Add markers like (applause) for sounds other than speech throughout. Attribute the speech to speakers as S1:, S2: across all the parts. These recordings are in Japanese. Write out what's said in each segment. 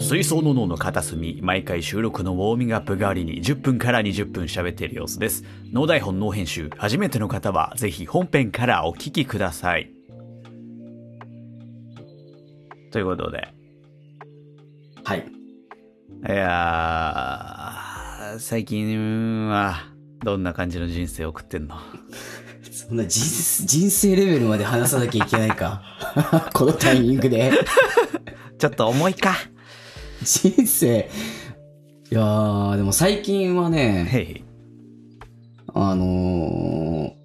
S1: 水槽の脳の片隅、毎回収録のウォーミングアップ代わりに10分から20分喋っている様子です。脳台本脳編集、初めての方はぜひ本編からお聞きください。ということで、
S2: はい。
S1: いやー、最近はどんな感じの人生を送ってんの
S2: そんな人人生レベルまで話さなきゃいけないか。 (laughs) このタイミング
S1: (laughs)
S2: で。
S1: ちょっと重いか。
S2: 人生。いやー、でも最近はね、
S1: へい
S2: あのー、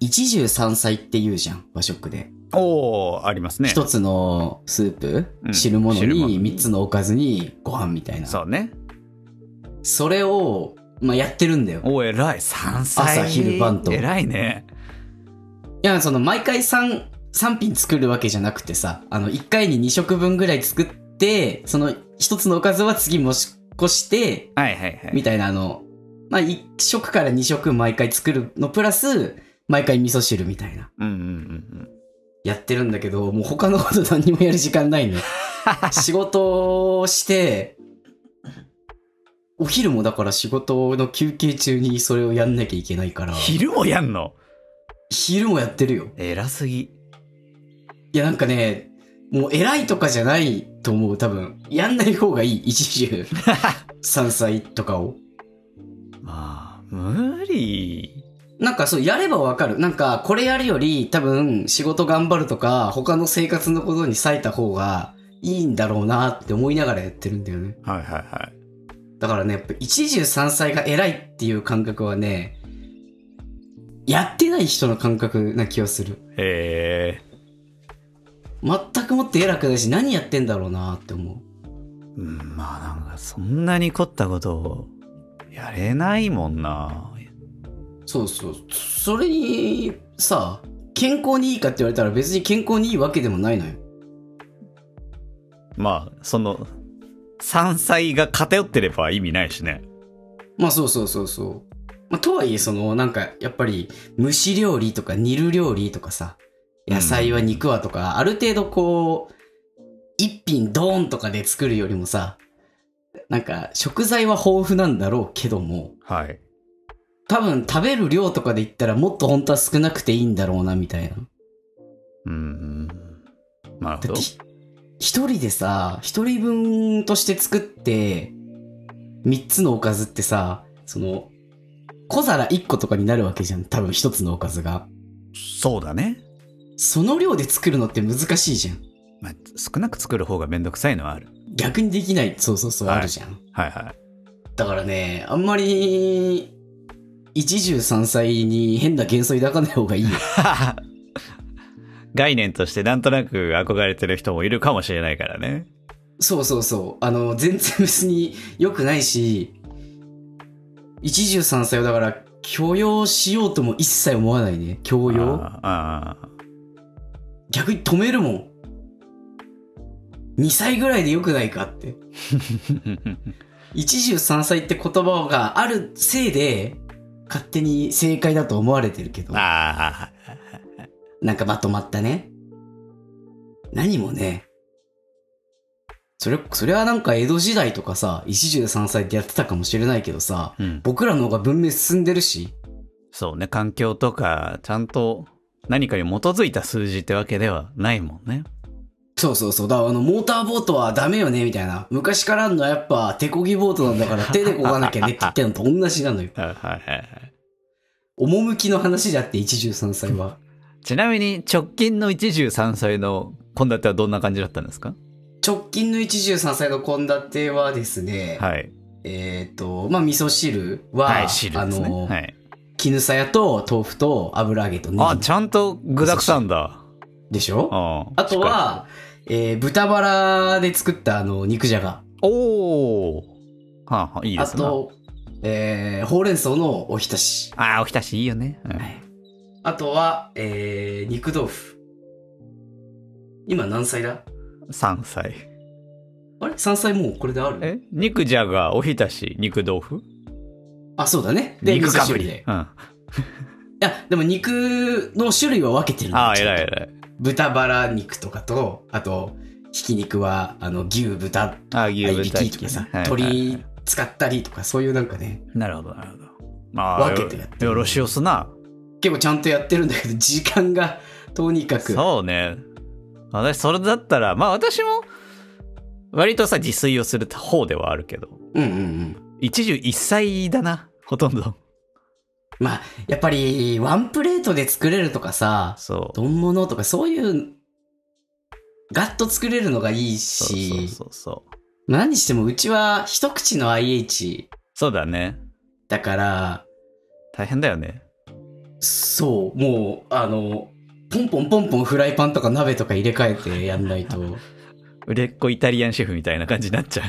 S2: 一汁三菜って言うじゃん、和食で。
S1: (laughs) おー、ありますね。
S2: 一つのスープ、
S1: うん
S2: 汁物
S1: 汁物
S2: に三つのおかずにご飯みたいな。
S1: そうね。
S2: それを、まあ、やってるんだよ。
S1: おー、偉い。山菜。
S2: 朝昼晩と
S1: 偉いね。
S2: いや、その毎回3、3品作るわけじゃなくてさ、あの、1回に2食分ぐらい作って、その1つのおかずは次もし越して、
S1: はいはいはい。
S2: みたいなあの、まあ、1食から2食毎回作るのプラス、毎回味噌汁みたいな。
S1: うんうんうんうん。
S2: やってるんだけど、もう他のこと何にもやる時間ないの。仕事をして、お昼もだから仕事の休憩中にそれをやんなきゃいけないから、
S1: 昼もやんの
S2: 昼もやってるよ。
S1: 偉すぎ。
S2: いや、なんかね、もう偉いとかじゃないと思う、多分。やんない方がいい、一汁三歳とかを。
S1: まあ、無理。
S2: なんかそう、やればわかる。なんか、これやるより、多分、仕事頑張るとか、他の生活のことに割いた方がいいんだろうなって思いながらやってるんだよね。
S1: はいはいはい。
S2: だからね、やっぱ一汁三歳が偉いっていう感覚はね、やってない人の感覚な気がする。
S1: え
S2: 全くもって偉くないし、何やってんだろうなって思う。
S1: ー、うんまあなんかそんなに凝ったことをやれないもんな。
S2: そうそう。それに、さ、健康にいいかって言われたら別に健康にいいわけでもないのよ。
S1: まあ、その、山菜が偏ってれば意味ないしね。
S2: まあそうそうそうそう。まあ、とはいえ、その、なんか、やっぱり、蒸し料理とか煮る料理とかさ、野菜は肉はとか、ある程度こう、一品ドーンとかで作るよりもさ、なんか、食材は豊富なんだろうけども、
S1: はい。
S2: 多分食べる量とかで言ったらもっと本当は少なくていいんだろうな、みたいな。
S1: うん。なるほ
S2: だ
S1: ど
S2: って。ひ一人でさ一人分として作って三つのおかずってさその小皿一個とかになるわけじゃん多分一つのおかずが
S1: そうだね。
S2: その量で作るのって難しいじゃん
S1: まあ、少なく作る方がめんどくさいのはある。
S2: 逆にできないそうそうそう
S1: はい
S2: あるじゃん、
S1: はいは
S2: だからねあんまり一汁三菜に変な幻想抱かない方がいいよ
S1: い。概念としてなんとなく憧れてる人もいるかもしれないからね。
S2: そうそうそうあの全然別に良くないし一汁三菜をだから許容しようとも一切思わないね
S1: あ
S2: 強要
S1: ーあー
S2: 逆に止めるもん。2歳ぐらいでよくないかって。一汁三歳って言葉があるせいで、勝手に正解だと思われてるけど、
S1: あ
S2: なんかまとまったね。何もね、それ、それはなんか江戸時代とかさ、一汁三歳ってやってたかもしれないけどさ、
S1: あ、うん、
S2: 僕らの方が文明進んでるし、
S1: そうね環境とかちゃんと何かに基づいた数字ってわけではないもんね
S2: そうそうそう。だからあの、モーターボートはダメよね、みたいな。昔からあんのはやっぱ、手こぎボートな
S1: (laughs)
S2: んだから手でこがなきゃねって言ってんのと同じなのよ。
S1: はいはいはい
S2: 趣の話だって、一汁三歳は。
S1: ちなみに直近の一汁三菜の献立はどんな感じだったんですか
S2: 直近の一汁三歳の献立はですね、
S1: はい
S2: えっ、と、まあ、味噌汁は、
S1: はい汁
S2: あ
S1: ですね
S2: の、
S1: はい、
S2: 絹さやと豆腐と油揚げとね
S1: あちゃんと具沢山だ
S2: でしょあ
S1: あ
S2: とは、えー豚バラで作ったあの、肉じゃが。
S1: おおーはあ、はあ、いいで
S2: あ
S1: すね
S2: と、えーほうれん草のおひたし。
S1: あーおひたしいいよね、うん
S2: はいあとは、えー、肉豆腐。今何歳だ
S1: 山菜
S2: あれ ?3 歳もうこれである
S1: え肉じゃがおひたし肉豆腐
S2: あ、そうだね。で、
S1: 肉
S2: 味噌
S1: かぶ
S2: 汁
S1: り、
S2: で。
S1: うん、あ
S2: いや、でも肉の種類は分けてるの
S1: あー偉い偉い
S2: 豚バラ肉とかと、あと、ひき肉は、あの、牛、豚、
S1: あ、牛
S2: 合いび
S1: 豚
S2: き
S1: 一
S2: とか
S1: 匹
S2: さ、
S1: はいはいはい
S2: 鳥使ったりとか、そういうなんかね、
S1: なるほど、なるほど。まあ、
S2: 分けてやって
S1: よよろしおすな。
S2: 結構ちゃんとやってるんだけど、 (laughs) 時間がとにかく、
S1: そうね。私、それだったら、まあ私も、割とさ、自炊をする方ではあるけど、
S2: うんうんうん。
S1: 一汁一菜だな、ほとんど。
S2: まあ、やっぱり、ワンプレートで作れるとかさ、
S1: そう。
S2: 丼物とかそういう、ガッと作れるのがいい
S1: そうそう
S2: し、
S1: そうそう。
S2: まあ何にしてもうちは一口の IH
S1: そうだね。
S2: だから、
S1: 大変だよね。
S2: そう、もう、あの、ポンポンポンポンフライパンとか鍋とか入れ替えてや
S1: (laughs)
S2: んないと。
S1: 売れっ子イタリアンシェフみたいな感じになっちゃう。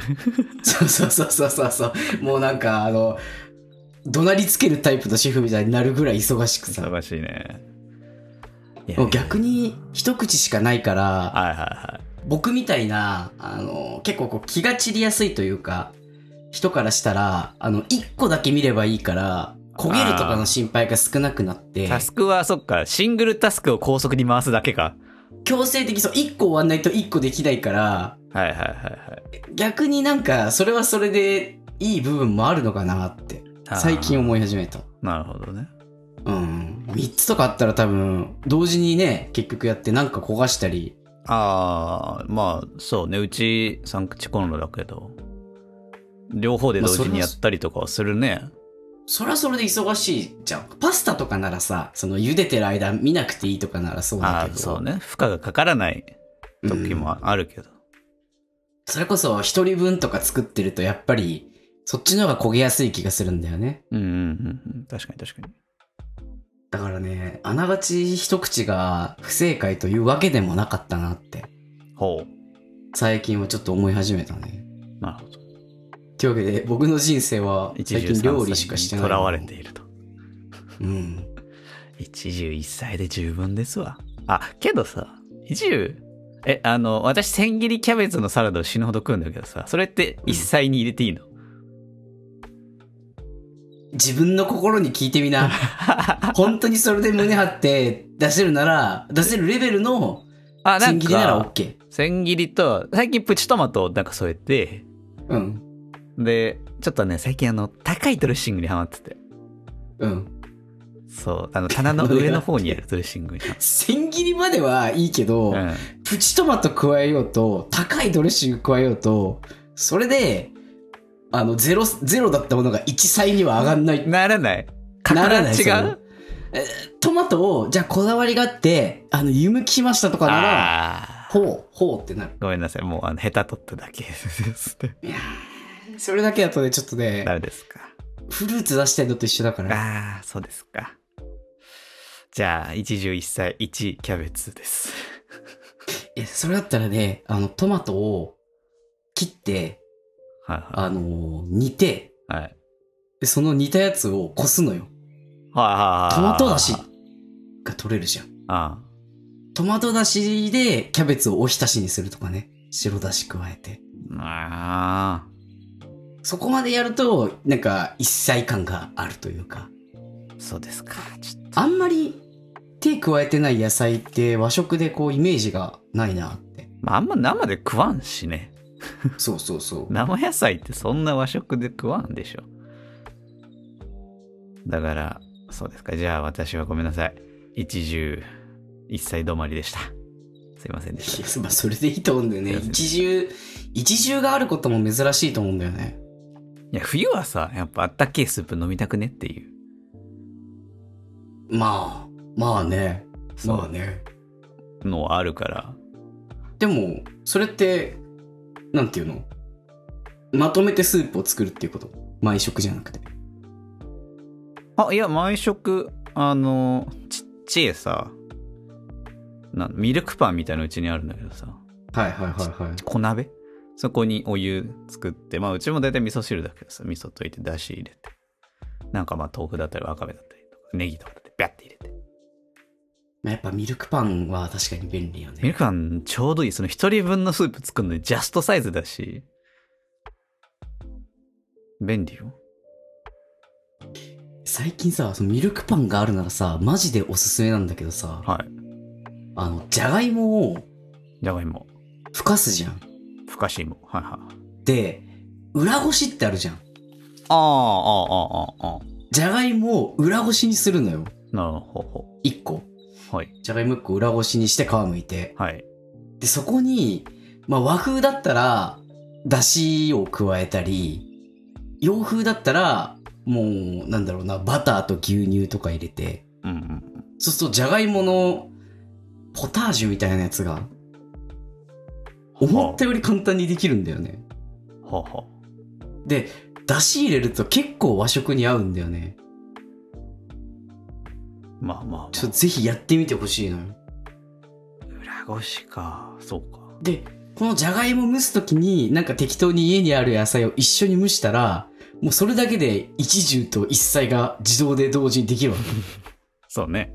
S2: そうそうそうそうそうそう。もうなんか、あの、怒鳴りつけるタイプのシェフみたいになるぐらい忙しくさ。
S1: 忙しいね。いや
S2: もう逆に一口しかないから、
S1: はいはいはい。
S2: 僕みたいな、あの、結構こう気が散りやすいというか、人からしたら、あの、一個だけ見ればいいから、焦げるとかの心配が少なくなって、
S1: タスクは、そっか、シングルタスクを高速に回すだけか。
S2: 強制的にそう、一個終わんないと一個できないから、
S1: はいはいはいはい。
S2: 逆になんかそれはそれでいい部分もあるのかなって最近
S1: あ
S2: 思い始めた
S1: ーなるほどね。
S2: うん3つとかあったら多分同時にね結局やってなんか焦がしたり
S1: ああ、まあ、そうね。うち、三口コンロだけど、両方で同時にやったりとかはするね。
S2: それはそれで忙しいじゃんパスタとかならさその茹でてる間見なくていいとかならそう
S1: あ
S2: だ
S1: あ
S2: け
S1: ー、
S2: ど
S1: そうね。負荷がかからない時もあるけど。
S2: それこそ1人分とか作ってるとやっぱりそっちの方が焦げやすい気がするんだよね
S1: うん、うん、うんうん。確かに確かに。
S2: だからねあながち一口が不正解というわけでもなかったなって
S1: ほう。
S2: 最近はちょっと思い始めたね
S1: なるほど。
S2: というわけで僕の人生は
S1: 一
S2: 最
S1: 汁
S2: 近料理
S1: 三
S2: しかして
S1: 菜
S2: な
S1: に
S2: い
S1: とらわれていると。
S2: うん
S1: 一汁一菜で十分ですわ。あ、けどさ、一汁、え、あの、私、千切りキャベツのサラダを死ぬほど食うんだけどさ、それって一菜に入れていいの、 (laughs)
S2: 自分の心に聞いて
S1: (laughs)
S2: みな本当にそれで胸張って出せるなら出せるレベルの
S1: あ、な
S2: 千
S1: ん
S2: 切りなら
S1: か、
S2: OK
S1: 千切りと、最近プチトマトをなんか添えて、
S2: うん
S1: で、ちょっとね、最近あの、高いドレッシングにハマってて。
S2: うん
S1: そう、あの、棚の上の方にあるドレッシングに。
S2: 千切りまではいいけど、
S1: うん。
S2: プチトマト加えようと高いドレッシング加えようとそれであのゼロゼロだったものが1歳には上がんない
S1: ならない。
S2: ならない
S1: 違
S2: それ
S1: う
S2: トマトをじゃあこだわりがあってあの湯むきましたとかなら
S1: ああ。
S2: ほうほうってなる
S1: ごめんなさい。もう、あの、下手取っただけですね。
S2: いやーそれだけだとね、ちょっとね
S1: ダ、メですか。
S2: フルーツ出してんのと一緒だから。
S1: ああ、そうですか。じゃあ、一汁一菜、一キャベツです。
S2: いや、それだったらね、あの、トマトを切って、
S1: は
S2: あのー煮て、
S1: いはい。はい。
S2: で、その煮たやつをこすのよ。
S1: は
S2: トマトだし
S1: あ
S2: が取れるじゃん。
S1: あ。
S2: トマトだしでキャベツをおひたしにするとかね。白だし加えて。
S1: ああ。
S2: そこまでやると、なんか、一切感があるというか。
S1: そうですか。ちょっと。
S2: あんまり手加えてない野菜って和食でこうイメージがないなって。
S1: まあ、あんま生で食わんしね。
S2: そうそうそう。
S1: 生野菜ってそんな和食で食わんでしょ。だから、そうですか。じゃあ、私はごめんなさい。一汁一菜止まりでした。すいませんでし
S2: (laughs) いや (laughs) まあそれでいいと思うんだよね
S1: そうですね
S2: 一重一重があることも珍しいと思うんだよね
S1: た。いや、冬はさ、やっぱあったけえスープ飲みたくねっていう。
S2: まあまあね
S1: そう
S2: まあね
S1: のはあるから。
S2: でもそれってなんていうのまとめてスープを作るっていうこと毎食じゃなくて
S1: あ、いや、毎食、あの、ちっちゃいさ、なんミルクパンみたいなうちにあるんだけどさ、
S2: はいはいはいはい
S1: 小鍋そこにお湯作って、まあうちも大体味噌汁だけどさ、味噌溶いてだし入れて、なんかまあ豆腐だったりわかめだったりとか、ネギとかだってビャって入れて。
S2: まあやっぱミルクパンは確かに便利よね
S1: ミルクパンちょうどいい、その一人分のスープ作るのにジャストサイズだし、便利よ。
S2: 最近さそのミルクパンがあるならさマジでおすすめなんだけどさ
S1: はい。
S2: あのじゃがいもを
S1: じゃがいも。
S2: ふかすじゃん。
S1: ふかし芋。はいはい。
S2: で、裏ごしってあるじゃん。
S1: ああ、ああ、ああ、ああ。
S2: じゃがいもを裏ごしにするのよ。
S1: なるほど。
S2: 1個。
S1: はい。
S2: じゃがいも1個裏ごしにして皮むいて。
S1: はい。
S2: で、そこに、まあ和風だったら、だしを加えたり、洋風だったら、もう、なんだろうな、バターと牛乳とか入れて、
S1: うんうん。
S2: そうすると、じゃがいものポタージュみたいなやつが、思ったより簡単にできるんだよね。
S1: はは。
S2: で、だし入れると結構和食に合うんだよね。
S1: まあまあ、ま
S2: ちょっとぜひやってみてほしいのよ。
S1: あ。裏ごしか。そうか。
S2: で、このじゃがいも蒸すときに、なんか適当に家にある野菜を一緒に蒸したら、もうそれだけで一汁と一菜が自動で同時にできるわけ。
S1: そうね。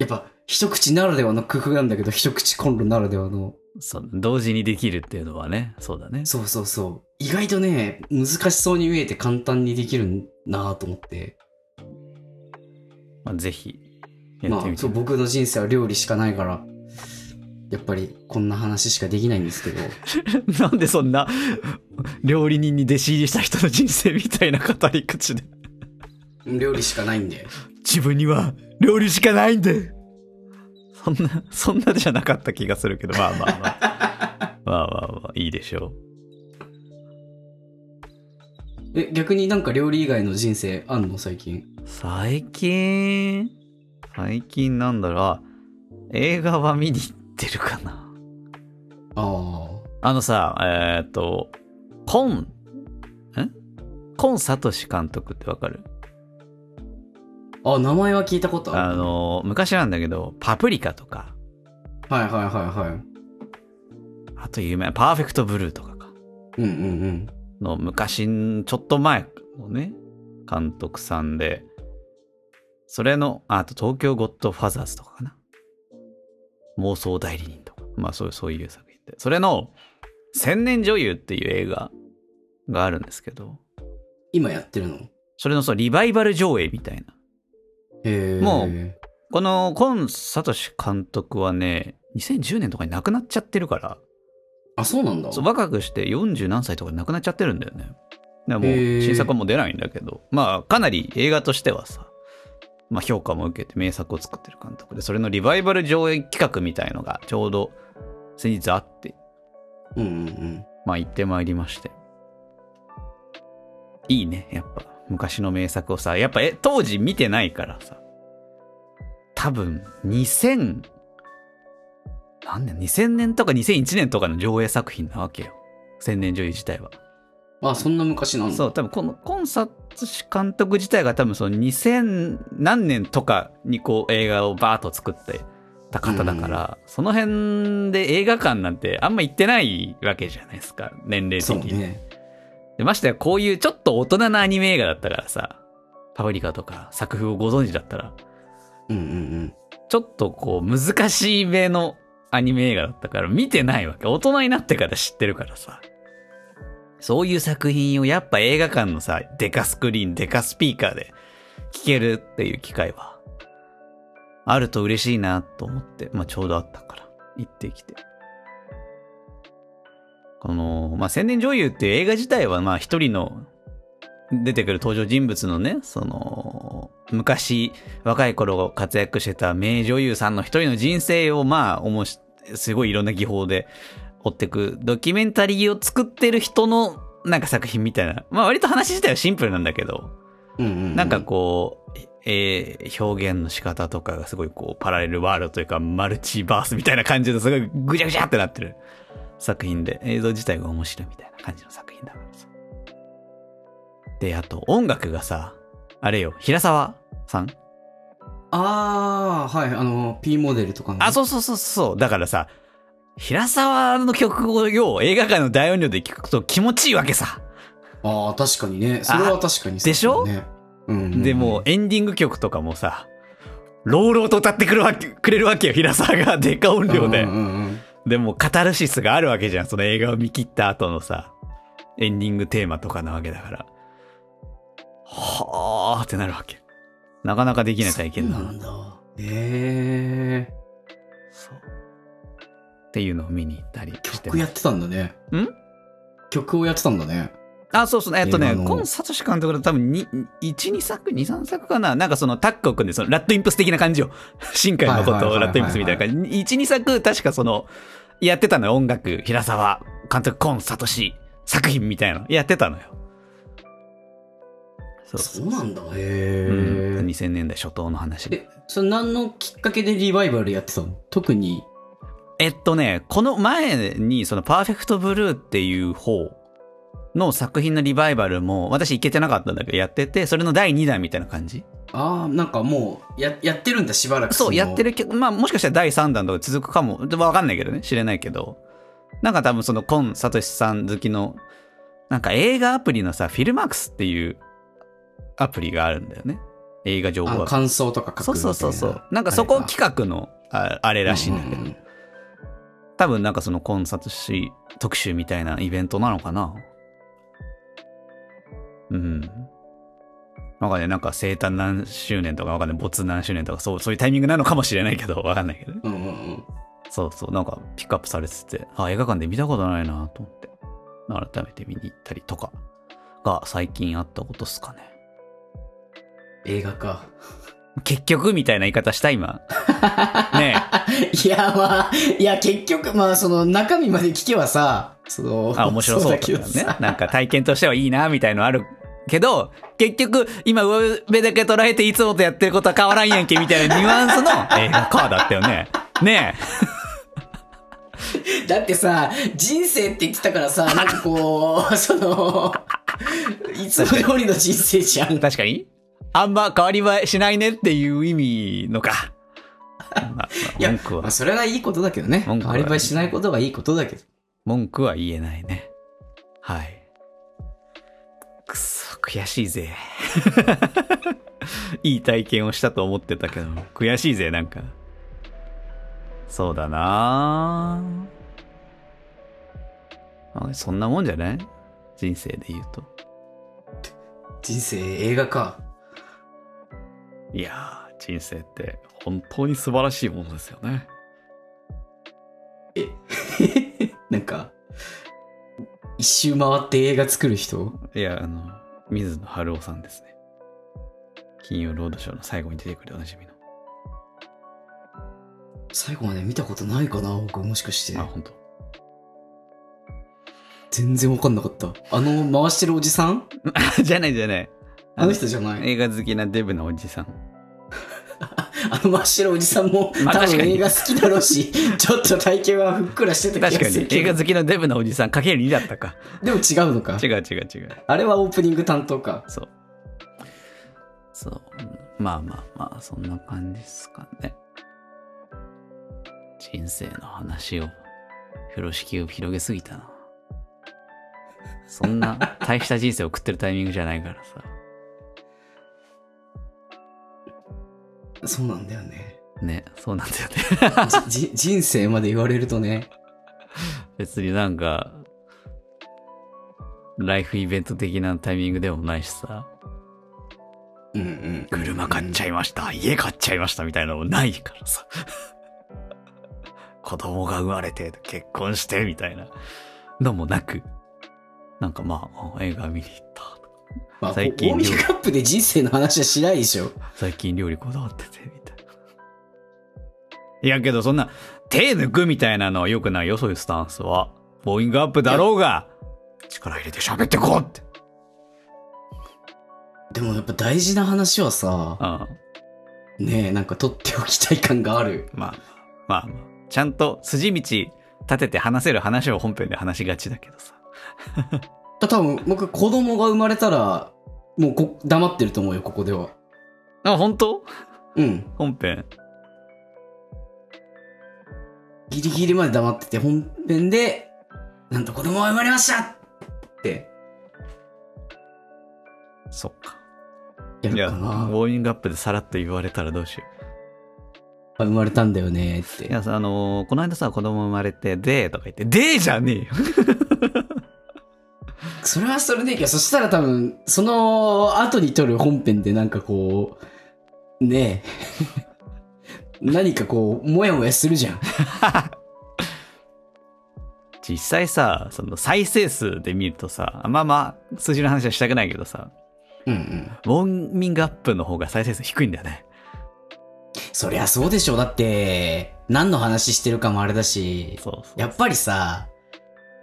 S2: やっぱ、一口ならではの工夫なんだけど、一口コンロならではの。
S1: そう同時にできるっていうのはね。そうだね。
S2: そうそうそう。意外とね、難しそうに見えて簡単にできるなぁと思って。
S1: まあ、ぜひ、や
S2: ま
S1: ってみ
S2: あ、
S1: て
S2: そう、。僕の人生は料理しかないから、やっぱりこんな話しかできないんですけど。
S1: (laughs)
S2: (laughs)
S1: なんでそんな、料理人に弟子入りした人の人生みたいな語り口で。
S2: 料理しかないんで。
S1: 自分には料理しかないんでそんな、そんなじゃなかった気がするけど、まあまあまあ。まあまあまあ、いいでしょ
S2: え、逆になんか料理以外の人生あんの最近。
S1: う。最近、最近なんだろうあ、映画は見に行ってるかな。
S2: ああ。
S1: あのさ、えーっと、コン、んコンサトシ監督ってわかる
S2: あ、名前は聞いたことあ
S1: あ
S2: る。
S1: の、昔なんだけど、パプリカとか、
S2: はいはいはいはい。
S1: あと有名なパーフェクトブルーとかか。
S2: うんうんうん。
S1: の昔ん、ちょっと前のね、監督さんで、それの、ああと東京ゴッドファザーズとかかな。妄想代理人とか。まあそういう、そういう作品で。それの、千年女優っていう映画があるんですけど、
S2: 今やってるのへ
S1: それのそのリバイバル上映みたいな。
S2: え。
S1: もこのコン・サトシ監督はね、2010年とかに亡くなっちゃってるから、
S2: あ、そうなんだ。
S1: そう若くして40何歳とかで亡くなっちゃってるんだよね。だからもう
S2: へー
S1: 新作はもう出ないんだけど、まあかなり映画としてはさ、まあ、評価も受けて名作を作ってる監督で、それのリバイバル上映企画みたいのがちょうど先日あって、
S2: うんうんうん。
S1: まあ行ってまいりまして。いいね、やっぱ昔の名作をさ、やっぱえ当時見てないからさ、多分2000、何年 ?2000 年とか2001年とかの上映作品なわけよ。千年女優自体は。
S2: あ、そんな昔なんだ。
S1: そう、多分このコンサート氏監督自体が多分その2000何年とかにこう映画をバーッと作ってた方だから、その辺で映画館なんてあんま行ってないわけじゃないですか、年齢的
S2: そう
S1: に。
S2: ね。
S1: でましてやこういうちょっと大人なアニメ映画だったからさ、パプリカとか作風をご存知だったら、
S2: うんうん
S1: ちょっとこう難しい目のアニメ映画だったから見てないわけ。大人になってから知ってるからさ。そういう作品をやっぱ映画館のさ、デカスクリーン、デカスピーカーで聴けるっていう機会は、あると嬉しいなと思って、まあちょうどあったから、行ってきて。この、まあ千年女優っていう映画自体はまあ一人の出てくる登場人物のね、その、昔、若い頃活躍してた名女優さんの一人の人生をまあ、おもし、すごいいろんな技法で追ってく、ドキュメンタリーを作ってる人の、なんか作品みたいな。まあ割と話自体はシンプルなんだけど、
S2: うん。うんうんうん。
S1: なんかこう、えー表現の仕方とかがすごいこう、パラレルワールドというか、マルチバースみたいな感じですごいぐちゃぐちゃってなってる作品で、映像自体が面白いみたいな感じの作品だからさ。で、あと音楽がさ、あれよ、平沢さん
S2: ああ、はい。あの、P モデルとかの
S1: あ、そうそうそうそう。だからさ、平沢の曲をよ、映画館の大音量で聴くと気持ちいいわけさ。
S2: ああ、確かにね。それは確かにそう
S1: でしょ
S2: だねうんうんうん。
S1: で、もうエンディング曲とかもさ、朗々と歌ってくるわけ、くれるわけよ、平沢が、デカ音量で
S2: うん。うんうん
S1: でも、カタルシスがあるわけじゃん、その映画を見切った後のさ、エンディングテーマとかなわけだから。はーってなるわけ。なかなかできない体験だ
S2: そう
S1: な
S2: な。んだ。へえ。
S1: そうっていうのを見に行ったりして
S2: 曲やってたんだね。
S1: ん
S2: 曲をやってたんだね。
S1: あ、そうそう。えっとね
S2: 映画、の
S1: コン・サトシ監督だと多分に、1、2作、2、3作かななんかそのタッグを組んで、そのラッドインプス的な感じを。新海のこ
S2: はいは
S1: と
S2: いはいはいは
S1: を
S2: い
S1: ラッドインプスみたいな感じ。1、2作、確かその、やってたのよ。音楽、平沢、監督、コン・サトシ、作品みたいなの。やってたのよ。そう
S2: そ
S1: そう
S2: うなんだ。へ
S1: うん
S2: え。
S1: 2000年代初頭の話で。
S2: え、それ何のきっかけでリバイバルやってたの特に。
S1: えっとね、この前に、その、パーフェクトブルーっていう方の作品のリバイバルも、私行けてなかったんだけど、やってて、それの第2弾みたいな感じ。
S2: ああ、なんかもうや、やってるんだ、しばらく。
S1: そう、やって
S2: る。
S1: るけど、まあもしかしたら第3弾とか続くかも、でわかんないけどね、知れないけど。なんか多分その、コン・サトシさん好きの、なんか映画アプリのさ、フィルマックスっていうアプリがあるんだよね。映画情
S2: あ
S1: 報
S2: の
S1: アプリ。
S2: 感想とか書
S1: そ
S2: く
S1: う
S2: みたいな。
S1: そうそうそう。なんかそこ企画のああれらしいんだけど、
S2: うんうんうん
S1: 多分なんかそのコン・サトシ特集みたいなイベントなのかな。うん。なんかね、なんか生誕何周年とかわかんない、没何周年とかそう、そういうタイミングなのかもしれないけど、わかんないけどね。
S2: うんうんうん。
S1: そうそう、なんかピックアップされてて、あ、映画館で見たことないなと思って、改めて見に行ったりとかが最近あったことっすかね。
S2: 映画か。
S1: 結局みたいな言い方した (laughs) 今。ね
S2: いや、まあ、いや、結局、まあ、その中身まで聞けばさ、その、
S1: あ、面白そうだけどね。なんか体験としてはいいなみたいのあるけど、結局、今上辺だけ捉えていつもとやってることは変わらんやんけみたいなニュアンス (laughs) の映画かだったよね。ねえ。
S2: だってさ、人生って言ってたか
S1: (laughs)
S2: らさ、なんかこう、その、いつも通りの人生じゃん。
S1: 確かに。あんま変わり映えしないねっていう意味のか。 (laughs) まあ
S2: い
S1: まあ
S2: や
S1: 文句、
S2: ま
S1: は
S2: あ、、それはいいことだけどね。変
S1: 文句は
S2: わり映えしないことがいいことだけど。
S1: 文句は言えないね。はい。くそ、悔しいぜ。 (laughs) いい体験をしたと思ってたけど、悔しいぜ、なんか。そうだなぁあそんなもんじゃない人生で言うと。
S2: 人生映画か。
S1: いやー、人生って本当に素晴らしいものですよね。
S2: なんか、一周回って映画作る人
S1: いや、あの、水野晴夫さんですね。金曜ロードショーの最後に出てくるおなじみの。
S2: 最後まで見たことないかな僕もしかして
S1: あ、。本当。
S2: 全然わかんなかった。あの、回してるおじさん
S1: (laughs) じゃないじゃない。
S2: あの人じゃない
S1: 映画好きなデブなおじさん。
S2: あの真っ白いおじさんも
S1: まあ
S2: 多
S1: 確
S2: 分
S1: かに
S2: 映画好きだろ
S1: (laughs)
S2: うし、ちょっと体型はふっくらしてた気
S1: 確
S2: が
S1: か
S2: する
S1: に、
S2: け
S1: 映
S2: ど
S1: 画好きなデブなおじさん、 (laughs) かける2だったか。
S2: でも違うのか
S1: 違う違う違う。
S2: あれはオープニング担当か。
S1: そう。そう。まあまあまあ、そんな感じですかね。人生の話を、風呂敷を広げすぎたな。そんな大した人生を送ってるタイミングじゃないからさ。
S2: そうなんだよ
S1: (laughs)
S2: ね。
S1: ね、そうなんだよね。
S2: じじ人生まで言われるとね。
S1: 別になんか、ライフイベント的なタイミングでもないしさ。
S2: うんうん。
S1: 車買っち
S2: ゃ
S1: ゃいました、家買っちゃいましたみたいなのもないからさ。 (laughs) 子供が生まれて、結婚してみたいなのもなく、なんかまあ、あ映画見に行った。
S2: まあ、
S1: 最近
S2: オーミーカップで人生の話はしないでしょ。
S1: 最近料理こだわってて、みたいな。いやけどそんな、手抜くみたいなのは良くないよ、そういうスタンスは。ウォーイングアップだろうが、力入れて喋ってこうって。
S2: でもやっぱ大事な話はさ
S1: う、ん。
S2: ねえ、なんか取っておきたい感がある。
S1: まあまあまあ、ちゃんと筋道立てて話せる話を本編で話しがちだけどさ。
S2: た多分僕子供が生まれたら、もうこ黙ってると思うよ、ここでは。
S1: あ、本当
S2: うん。
S1: 本編。
S2: ギリギリまで黙ってて、本編で、なんと子供が生まれましたって
S1: そっか。
S2: や
S1: いや、
S2: る
S1: ウォ
S2: かな。
S1: ーミングアップでさらっと言われたらどうしよ
S2: 生まれたんだよねっ
S1: う。
S2: て
S1: い。や、さあのーこの間さ、子供生まれて、でーとか言って、でーじゃねえよ。 (laughs)
S2: それはそれでいいけど、そしたら多分、その後に撮る本編でなんかこう、ね (laughs) え、何かこう、もやもやするじゃん。
S1: 実際さ、その再生数で見るとさ、まあまあ、数字の話はしたくないけどさ、
S2: うんうん。
S1: ウォーミングアップの方が再生数低いんだよね。
S2: そりゃそうでしょ。だって、何の話してるかもあれだし、
S1: そうそう。
S2: やっぱりさ、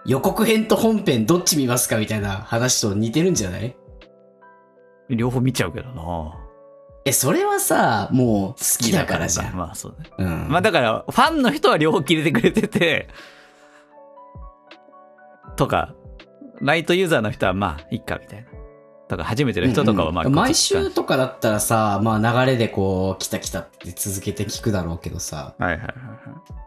S2: 予告編と本編どっち見ますかみたいな話と似てるんじゃない
S1: 両方見ちゃうけどな。
S2: え、それはさ、もう好きだからじゃ
S1: 好きだ
S2: ん。
S1: まあそうね。
S2: うん。
S1: まあだから、ファンの人は両方切れてくれてて、とか、ライトユーザーの人はまあ、いっか、みたいな。とか、初めての人とかはまあ、
S2: うんうん毎
S1: こっ
S2: 週
S1: ち
S2: とかだったらさ、まあ流れでこう、来た来たって続けて聞くだろうけどさ、
S1: はいはいはいは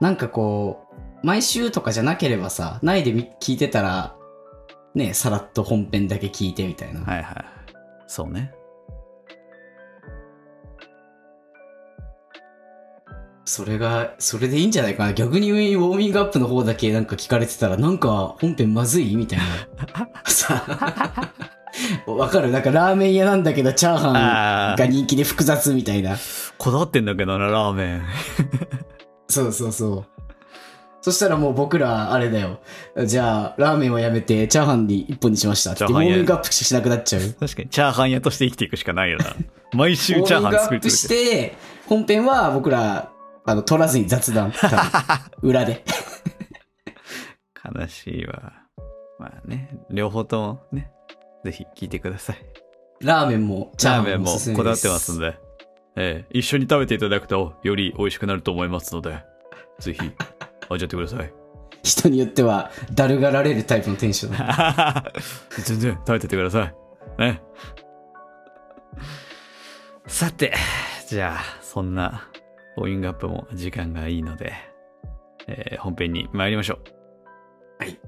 S2: なんかこう、毎週とかじゃなければさ、ないでみ聞いてたら、ね、さらっと本編だけ聞いてみたいな。
S1: い。はいはい。そうね。
S2: それが、それでいいんじゃないかな。逆にウォーミングアップの方だけなんか聞かれてたら、なんか本編まずいみたい
S1: (laughs)
S2: な。さ、わかるなんかラーメン屋なんだけど、チャーハ
S1: あ
S2: ンが
S1: あ、
S2: 人気で複雑みたいな。
S1: こだわってんだけどな、ラーメン。
S2: そうそうそう。そしたらもう僕ら、あれだよ。じゃあ、ラーメンをやめて、チャーハンに一本にしましたって、
S1: チャ
S2: ウ
S1: ー
S2: ォ
S1: ハン
S2: ー
S1: や
S2: ミングアップしなくなっちゃう。ウォ
S1: 確かに、チャーハン屋として生きていくしかない
S2: (laughs)
S1: よな。毎週チャー
S2: ー
S1: ハ
S2: ミン
S1: ン
S2: グア
S1: 作
S2: ッ
S1: り続
S2: プ
S1: け。
S2: してて、本編は僕ら、あの、取らずに
S1: (laughs)
S2: 雑談。多分裏で。
S1: 悲しいわ。まあね、両方ともね、ぜひ聞いてください。
S2: ラーメンも、チャー
S1: ラーメ
S2: ハン
S1: ン
S2: も
S1: も
S2: おすすめです。
S1: こだわってますんで、ええ、一緒に食べていただくとより美味しくなると思いますので、ぜひ味わってくださ (laughs) い。
S2: 人によっては、だるがられるタイプのテンションだ。
S1: 全然食べてってください。ね。さて、じゃあ、そんなウォーミングアップも時間がいいので、ええ本編に参りましょう。
S2: はい。